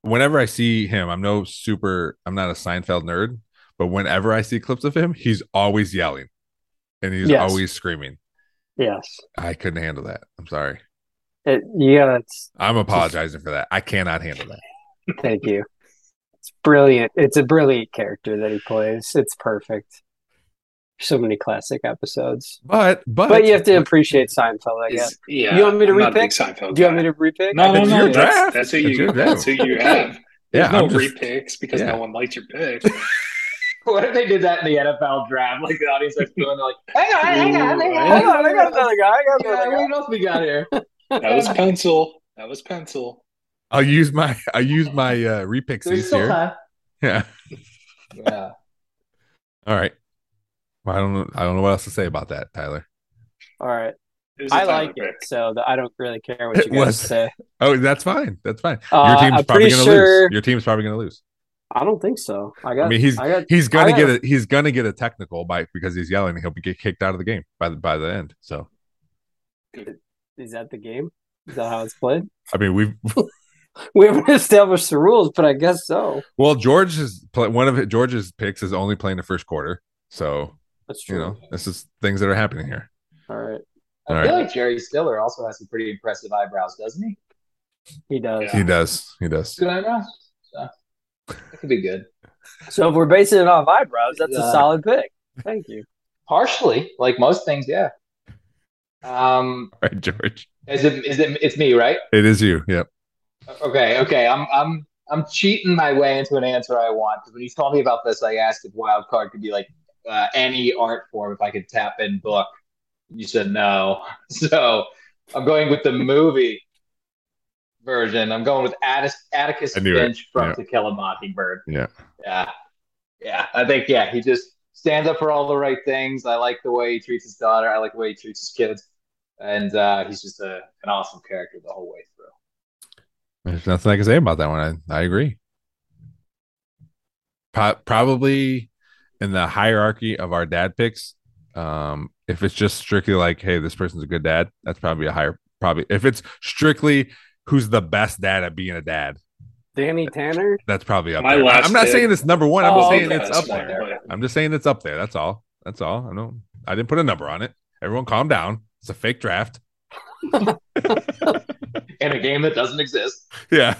whenever I see him, I'm no super I'm not a Seinfeld nerd, but whenever I see clips of him, he's always yelling and he's Yes. always screaming. Yes, I couldn't handle that. I'm sorry. it, yeah. It's, I'm apologizing for that. I cannot handle that. thank you. It's brilliant. It's a brilliant character that he plays. It's perfect. So many classic episodes, But but, but you have to appreciate Seinfeld. I guess. Is- yeah. You want me to I'm not a repick? big Seinfeld Do you want me guy. to repick? No, no, It's no. your that's, draft. that's who It's you. your That's draft. who you have. yeah, [laughs] no I'm just- repicks because yeah. no one liked your pick. What if they did that in the NFL draft? Like the audience starts going, they're like, "Hang on, hang on, hang on, Hold on, I got another guy. I got Yeah, another [laughs] guy. what else we got [laughs] here? That was pencil. That was pencil. I'll use my I use my uh repixies There's still here. time. Yeah. Yeah. All right. Well, I don't know. I don't know what else to say about that, Tyler. All right. It was a I Tyler like it, pick. so the, I don't really care what It you guys was. say. Oh, that's fine. That's fine. Uh, Your team's probably I'm pretty gonna sure- lose. Your team's probably gonna lose. I don't think so. I got. I mean, he's I got. he's gonna I get have- a he's gonna get a technical bite because he's yelling. He'll be get kicked out of the game by the by the end. So Is that the game? Is that how it's played? [laughs] I mean, we've We haven't established the rules, but I guess so. well, George is play, one of George's picks is only playing the first quarter. So That's true. you know, this is things that are happening here. All right, All I right. feel like Jerry Stiller also has some pretty impressive eyebrows, doesn't he? he does. Yeah. He does. He does. [laughs] Good eyebrows. So, that could be good. So if we're basing it off eyebrows, that's Yeah. a solid pick. Thank you. Partially, like most things, yeah. Um, All right, George. is it? Is it? It's me, right? It is you. Yep. Okay, okay. I'm I'm I'm cheating my way into an answer I want because when you told me about this, I asked if wild card could be like uh, any art form if I could tap in book. You said no, [laughs] so I'm going with the movie version. I'm going with Attis, Atticus I knew it. Finch from Yeah. To Kill a Mockingbird. Yeah. Yeah. Yeah. I think, yeah, he just stands up for all the right things. I like the way he treats his daughter. I like the way he treats his kids. And uh, he's just a, an awesome character the whole way through. There's nothing I can say about that one. I, I agree. Pro- probably in the hierarchy of our dad picks, um, if it's just strictly like, hey, this person's a good dad, that's probably a higher probably if it's strictly who's the best dad at being a dad, Danny Tanner. that's probably up My there. I- last I'm not pick- saying it's number one. I'm Oh, just saying okay. it's up That's there. not bad. I'm just saying it's up there. That's all. That's all. I don't I didn't put a number on it. Everyone calm down. It's a fake draft. [laughs] In a game that doesn't exist. Yeah.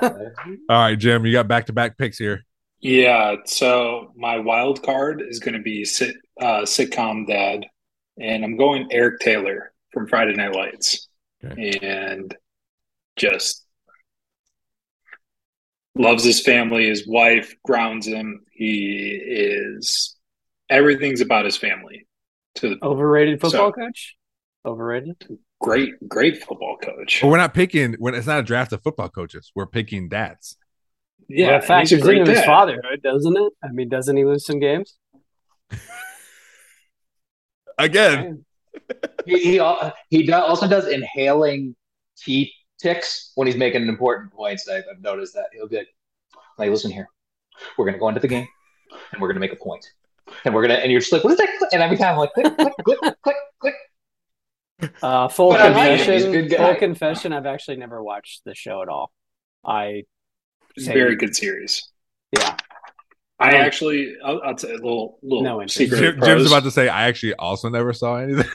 All right, Jim, you got back to back picks here. Yeah, so my wild card is going to be sit, uh, sitcom dad, and I'm going Eric Taylor from Friday Night Lights, Okay. and just loves his family, his wife grounds him. He is everything's about his family. To Oh. the Overrated football So- coach. Overrated. great, great football coach. But we're not picking when it's not a draft of football coaches. We're picking dads. Yeah, Well, and that factors he's a great into his dad. fatherhood, doesn't it? I mean, doesn't he lose some games? Again, He, he, al- he do, also does inhaling tea ticks when he's making important points. I've, I've noticed that. He'll be like, like, listen here. We're going to go into the game and we're going to make a point. And we're going to, and you're just like, what is that? click?" And every time I'm like, click, click, click, click, click. Uh, full But I like him. He's a confession. good guy. Full confession. I've actually never watched the show at all. I It's a very good series. yeah. [laughs] I Um, actually, I'll, I'll tell you a little little No interest. secret. Oh. Jim, pros. Jim's about to say, I actually also never saw anything.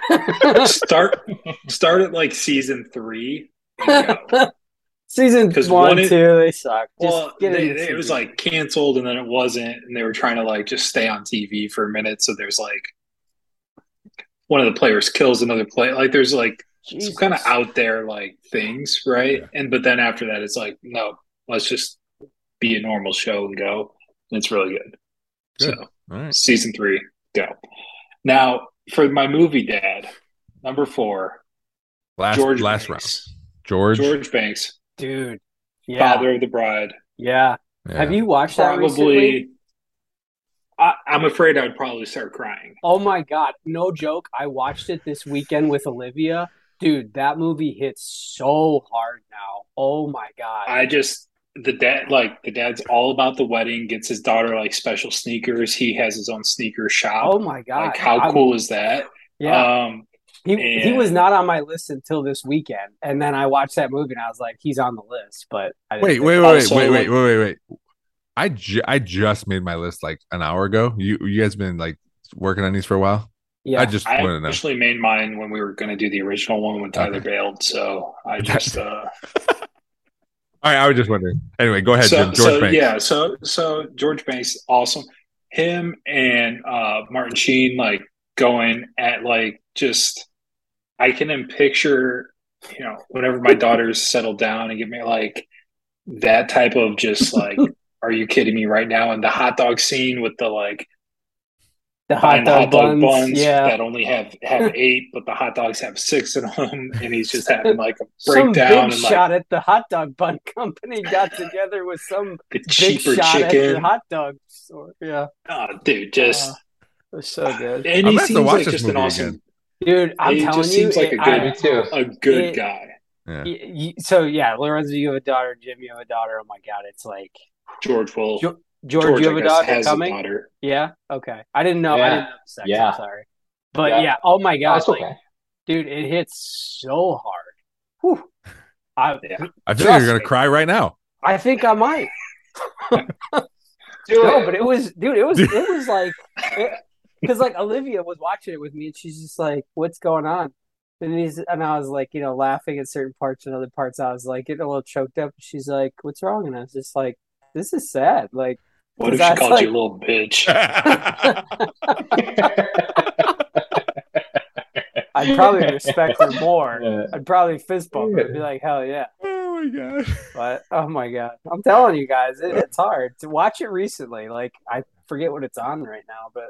[laughs] start start at like season three. and [laughs] go. Season 'Cause one, one is- two, they suck. Just Well, get they- into it was season- like canceled and then it wasn't, and they were trying to like just stay on TV for a minute. So there's like one of the players kills another player. Like there's like some kind of Jesus. out there like things, right? Yeah. And but then after that, it's like no, let's just be a normal show and go. And it's really good. Good. So All right. season three, go. Now for my movie dad, number four, Last George last round. Banks. George. George Banks. dude. Yeah, Father of the Bride. yeah. yeah. Have you watched that recently? Probably. I, I'm afraid I'd probably start crying. Oh my god, no joke. I watched it this weekend with Olivia. Dude, that movie hits so hard now. Oh my god. I just the dad like the dad's all about the wedding. Gets his daughter like special sneakers. He has his own sneaker shop. oh my god. like how I'm- cool is that? Yeah. Um, he he and- was not on my list until this weekend, and then I watched that movie and I was like, he's on the list, but I didn't wait, think- wait, wait, Also, wait, wait, like- wait, wait, wait. I ju- I just made my list like an hour ago. You you guys been like working on these for a while? Yeah. I just I want to know. actually made mine when we were going to do the original one with Tyler Okay. Bale. So I just uh, All right, I was just wondering. Anyway, go ahead, so, Jim. George so Banks. yeah, so so George Banks, awesome. Him and uh, Martin Sheen like going at like just I can then picture you know whenever my daughters settle down and give me like that type of just [laughs] like are you kidding me right now and the hot dog scene with the like the buying hot the dog buns. yeah. that only have [laughs] have eight but the hot dogs have six in them and he's just having like a Some big breakdown and like shot at the hot dog bun [laughs] company got together with some the big cheaper shot at the chicken hot dog store. Yeah. oh dude just Uh, It was so good. And I'm gonna he have to seems watch like this just an movie awesome. dude. I'm He telling just you, seems like it- a I- me too. A good It- guy, Yeah. y- y- so yeah, Lorenzo, you have a daughter. Jim, you have a daughter. Oh my god, it's like George will. George, George, you I have a guess, daughter has a coming. daughter. Yeah. Okay. I didn't know. I Yeah. didn't know the sex. Yeah. I'm sorry. But Yeah. yeah. Oh my god, That's like, okay. dude, it hits so hard. Whew. I Yeah. I feel like you're Trust gonna me. cry right [laughs] now. [laughs] I think I [laughs] might. Do No, it. but it was, dude. It was, Dude. it was [laughs] like, because like Olivia was watching it with me, and she's just like, "What's going on?" And he's, and I was like, you know, laughing at certain parts, and other parts I was like getting a little choked up. She's like, "What's wrong?" And I was just like, "This is sad." Like, What if she That's called like- you a little bitch? I'd [laughs] probably respect her more. Yeah. I'd probably fist bump her and be like, "Hell yeah!" oh my god. But oh my god, I'm telling you guys, it, it's hard to watch it recently. Like I forget what it's on right now, but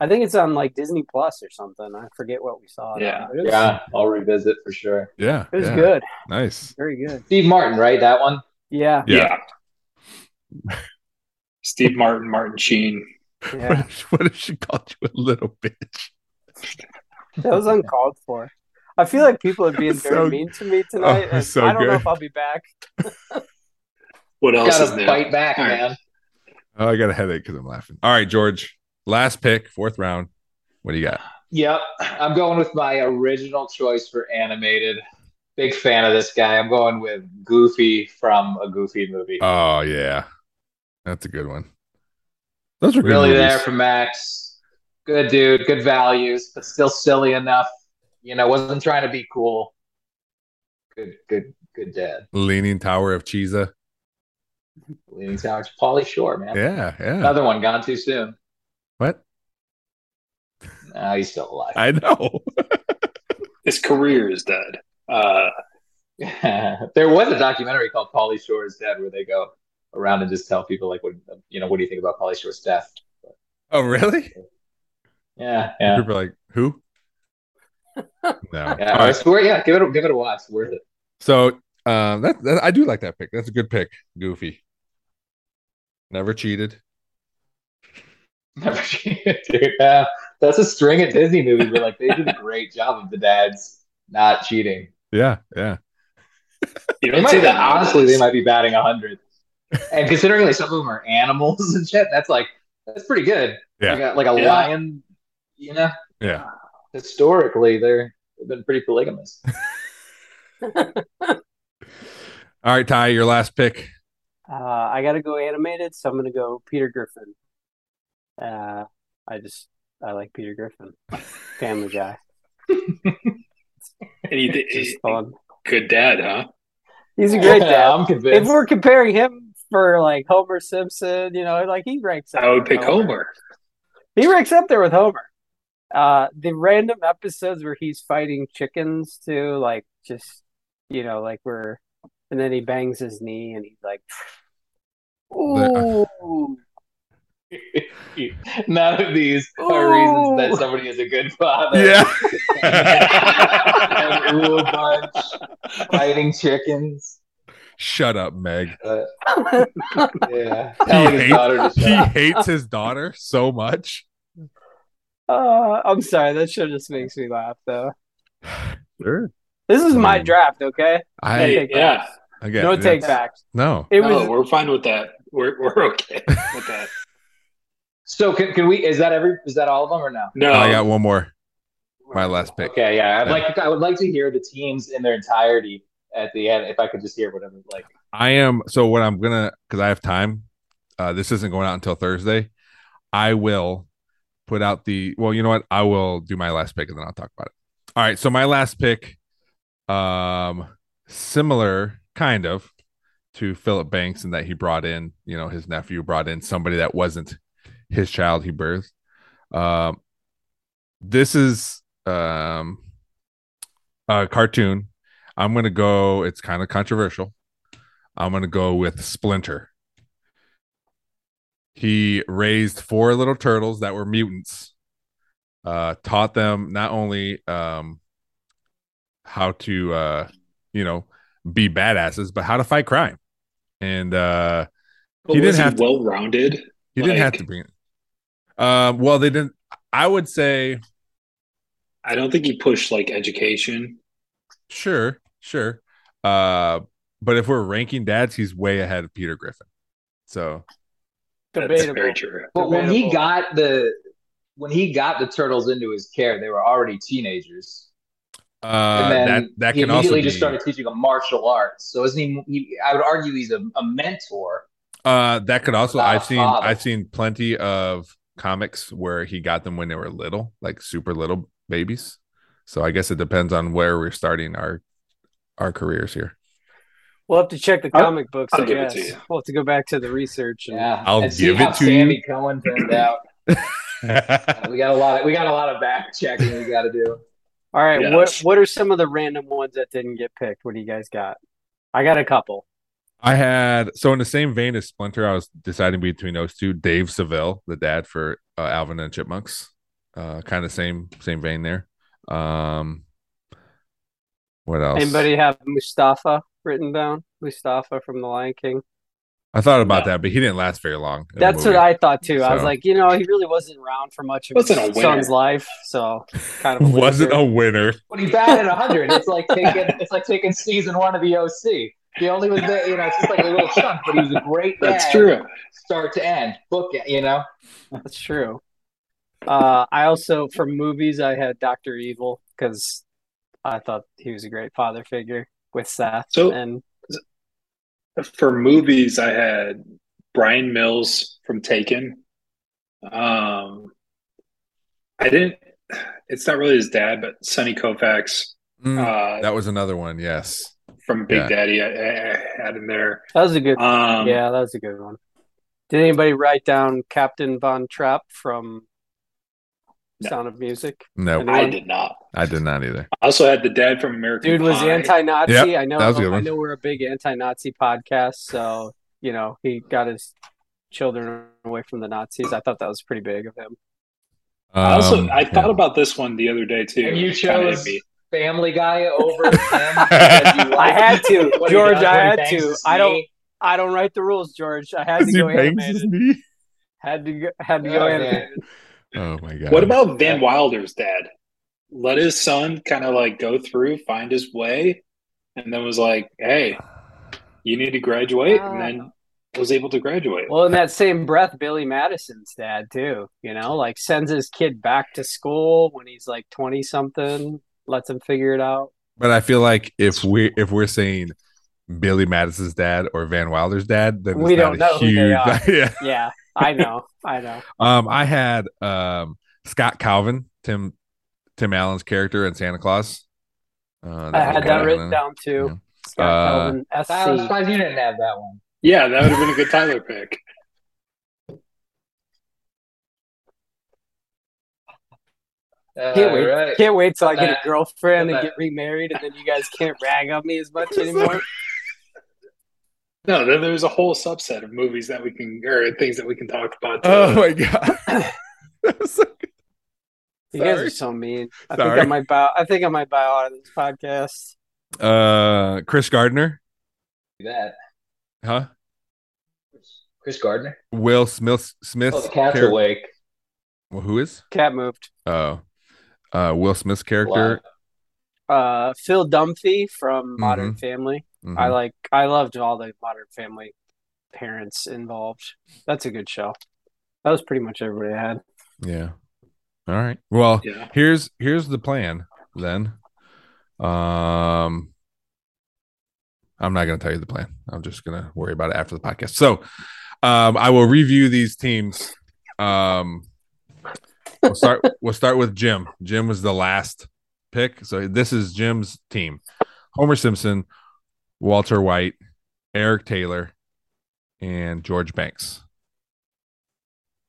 I think it's on like Disney Plus or something. I forget what we saw. it on, Yeah. but it was- [laughs] yeah, I'll revisit for sure. Yeah. It was yeah. good, Nice. very good. Steve Martin, right? That one. Yeah, [laughs] Yeah. Steve Martin, Martin Sheen. yeah, What, if, what if she called you a little bitch? that was uncalled for. I feel like people are being was [laughs] very so- mean to me tonight. it was and so I don't know good. if I'll be back. What else Oh, is Gotta new? fight back, All right. man. Oh, I got a headache because I'm laughing. All right, George. Last pick, fourth round. What do you got? Yep, I'm going with my original choice for animated. Big fan of this guy. I'm going with Goofy from a Goofy movie. Oh yeah. That's a good one. Those are good really movies. there for Max. Good dude, good values, but still silly enough. You know, wasn't trying to be cool. Good, good, good dad. Leaning Tower of Cheesa. Leaning Tower. It's Pauly Shore, man. Yeah, yeah. Another one gone too soon. What? Nah, he's still alive. I know. [laughs] His career is dead. Uh, [laughs] there was a documentary called Polly Shore's Dead where they go around and just tell people like what you know what do you think about Polly Shore's death? Oh really? Yeah, yeah. People are like, [laughs] who? no. Yeah, All I right. swear, yeah, give it a give it a watch. It's worth it. [laughs] So um that, that I do like that pick. That's a good pick, Goofy. Never cheated. Never seen it, dude. Yeah, that's a string of Disney movies where like they did a great job of the dads not cheating. Yeah, yeah. They you don't might see that honestly they nowadays. might be batting hundred. And considering like some of them are animals and shit, that's like that's pretty good. Yeah. Like a, like a Yeah. lion, you know. Yeah. Historically, they're they've been pretty polygamous. All right, Ty, your last pick. Uh, I got to go animated, so I'm gonna go Peter Griffin. Uh, I just I like Peter Griffin, Family Guy, And he did- just fun. good dad, huh? He's a great Yeah, dad. [laughs] I'm if convinced. we're comparing him for like Homer Simpson, you know, like he ranks up. I would with pick Homer. He ranks up there with Homer. Uh, the random episodes where he's fighting chickens too, like just you know, like we're, and then he bangs his knee and he's like, The- "Ooh, None of these are Ooh. reasons that somebody is a good father. and ooh, a bunch fighting chickens. Shut up, Meg. Uh, yeah, He hates- telling his daughter to [laughs] shut He up. hates his daughter so much. uh, I'm sorry." That show just makes me laugh though. Sure. This is my Mm. draft, okay? I take yeah. backs. again, no yeah. take backs. No. It no, was we're fine with that. We're, we're okay [laughs] with that. So can, can we? Is that every? Is that all of them or no? No, I got one more. My last pick. Okay, yeah. I'd Yeah. like I would like to hear the teams in their entirety at the end. If I could just hear whatever, like I am so what I'm gonna because I have time. Uh, this isn't going out until Thursday. I will put out the well. You know what? I will do my last pick and then I'll talk about it. All right. So my last pick, um, similar kind of to Philip Banks in that he brought in, you know, his nephew brought in somebody that wasn't his child he birthed. Um, this is um a cartoon. I'm gonna go. It's kind of controversial. I'm going to go with Splinter. He raised four little turtles that were mutants, uh, taught them not only um, how to, uh, you know, be badasses, but how to fight crime. And uh, But He didn't was have to- well rounded. he didn't Like- have to bring it. Um, well, they didn't. I would say I don't think he pushed like education. Sure, sure. Uh, but if we're ranking dads, he's way ahead of Peter Griffin. So That's Debatable. very true. But when he Debatable. got the when he got the turtles into his care, they were already teenagers. uh, and then that that he can immediately also be. just started teaching them martial arts. So isn't he, he? I would argue he's a, a mentor. Uh, that could also. Without a I've seen. father. I've seen plenty of comics where he got them when they were little, like super little babies. So I guess it depends on where we're starting our our careers here. We'll have to check the I'll- comic books, I'll I give it to guess. you. We'll have to go back to the research. And, Yeah, I'll and see give how it to Sammy Cohen turned out. uh, We got a lot. Of, we got a lot of back checking we got to do. All right, Yeah. what what are some of the random ones that didn't get picked? What do you guys got? I got a couple. I had so in the same vein as Splinter, I was deciding between those two. Dave Seville, the dad for uh, Alvin and the Chipmunks, uh, kind of same same vein there. Um, what Oh. else? Anybody have Mustafa written down? Mustafa from The Lion King. I thought about No. that, but he didn't last very long. in the That's [laughs] what movie. I thought too. I was So- like, you know, he really wasn't around for much of Wasn't a his winner. son's life, so kind [laughs] of a wasn't loser. a winner. When he batted hundred, it's like taking it's like taking season one of the OC. He only was there, you know, it's just like a little chunk, but he was a great. That's dad, true. Start to end, book it, you know. That's true. Uh, I also for movies I had Doctor Evil because I thought he was a great father figure with Seth So- and For movies, I had Brian Mills from Taken. Um, I didn't. It's not really his dad, but Sonny Koufax Hmm. Mm, uh, that was another one. Yes. from Big yeah. Daddy. I, I I had him there. that was a good Um, yeah, that was a good one. Did anybody write down Captain Von Trapp from No. Sound of Music? No, Anyone? I did not. I did not either. I also had the dad from American Dude was Pie. anti-Nazi. Yep, I know. that was a good I one. know we're a big anti-Nazi podcast, so you know he got his children away from the Nazis. I thought that was pretty big of him. I also Um, I yeah. thought about this one the other day too. And you It kinda hit chose- me. Family Guy over [laughs] [laughs] him. Because you I had [laughs] to, what he George. does I when he had bangs to. his I don't. knee. I don't write the rules, George. I had to He go bangs his animated. knee? Had to. Go, had to go Oh, animated. man. Oh my god. What about Van Wilder's dad? Let his son kind of like go through, find his way, and then was like, "Hey, you need to graduate," and then was able to graduate. Well, in that same breath, Billy Madison's dad too. You know, like sends his kid back to school when he's like twenty something. Lets him figure it out. But I feel like if we if we're saying Billy Madison's dad or Van Wilder's dad, then it's We not don't know a who they huge- [laughs] yeah. Yeah, I know. [laughs] I know. Um, I had um Scott Calvin, Tim Tim Allen's character in Santa Claus. Uh, I was had one that I written down too. Uh, Scott I was Calvin, SC. surprised you didn't have that one. yeah, that would have been a good Tyler pick. Uh, Can't wait. right. Can't wait till I get That- a girlfriend and that- get remarried, and then you guys can't rag on me as [laughs] much anymore. No, then there's a whole subset of movies that we can or things that we can talk about. to- Oh my god. That was so good. You guys Sorry. are so mean. I think I Sorry. might bow. I think I might bow out of this podcast. [laughs] Uh Chris Gardner, That huh? Chris Gardner. Will Smith Smith's Oh, the cat's character- awake. Well, who is? Cat moved. Oh. Uh Will Smith's character. Uh, Phil Dunphy from Modern Family. Mhm. I like. I loved all the Modern Family parents involved. That's a good show. That was pretty much everybody I had. Yeah. All right. Well, Yeah. here's here's the plan then. Um I'm not going to tell you the plan. I'm just going to worry about it after the podcast. So, um I will review these teams. Um we'll start [laughs] we'll start with Jim. Jim was the last pick. So this is Jim's team. Homer Simpson, Walter White, Eric Taylor, and George Banks.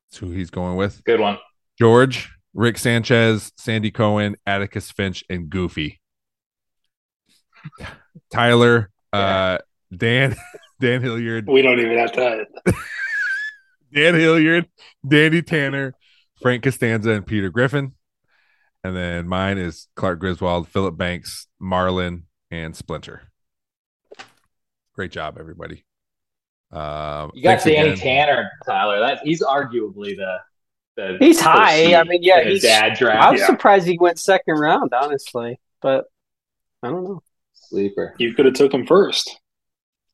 That's who he's going with. Good one. George, Rick Sanchez, Sandy Cohen, Atticus Finch, and Goofy. Tyler, uh, Dan, [laughs] Dan Hilliard, We don't even have to. Dan Hilliard, Danny Tanner, Frank Costanza, and Peter Griffin. And then mine is Clark Griswold, Philip Banks, Marlin, and Splinter. Great job, everybody. Um, You got thanks Danny again. Tanner, Tyler. That he's arguably the The He's first high. seed I mean, yeah, in a he's- dad I was draft Yeah. surprised he went second round, honestly. But I don't know. sleeper. You could have took him first.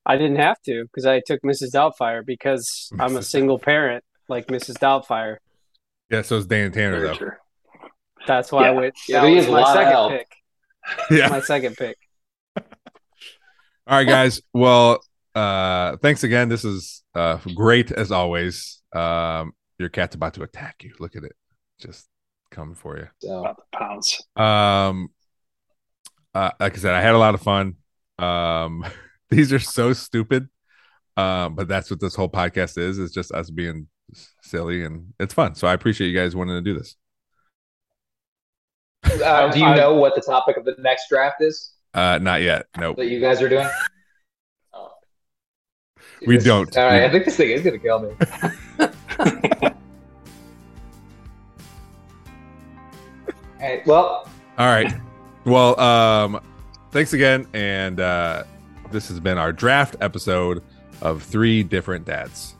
I didn't have to because I took Mrs. Doubtfire because I'm a Mrs. single parent like Mrs. Doubtfire. Yeah, so it's Dan Tanner [laughs] Very though. true. That's why I Yeah. went. Yeah, that but he was has a my lot of second help. pick. Yeah. My second pick. All right, guys. Well, uh, thanks again. This is uh great as always. Um, your cat's about to attack you. Look at it, just coming for you. So About the pounds. Um, uh, like I said, I had a lot of fun. Um, [laughs] these are so stupid, um, but that's what this whole podcast is. It's just us being s- silly and it's fun. So I appreciate you guys wanting to do this. uh, do you I- know what the topic of the next draft is Uh, not yet. Nope. that you guys are doing? Oh. We This- don't. All right, We- I think this thing is gonna kill me. [laughs] All right, well, All right. Well, um, thanks again. And uh, this has been our draft episode of Three Different Dads.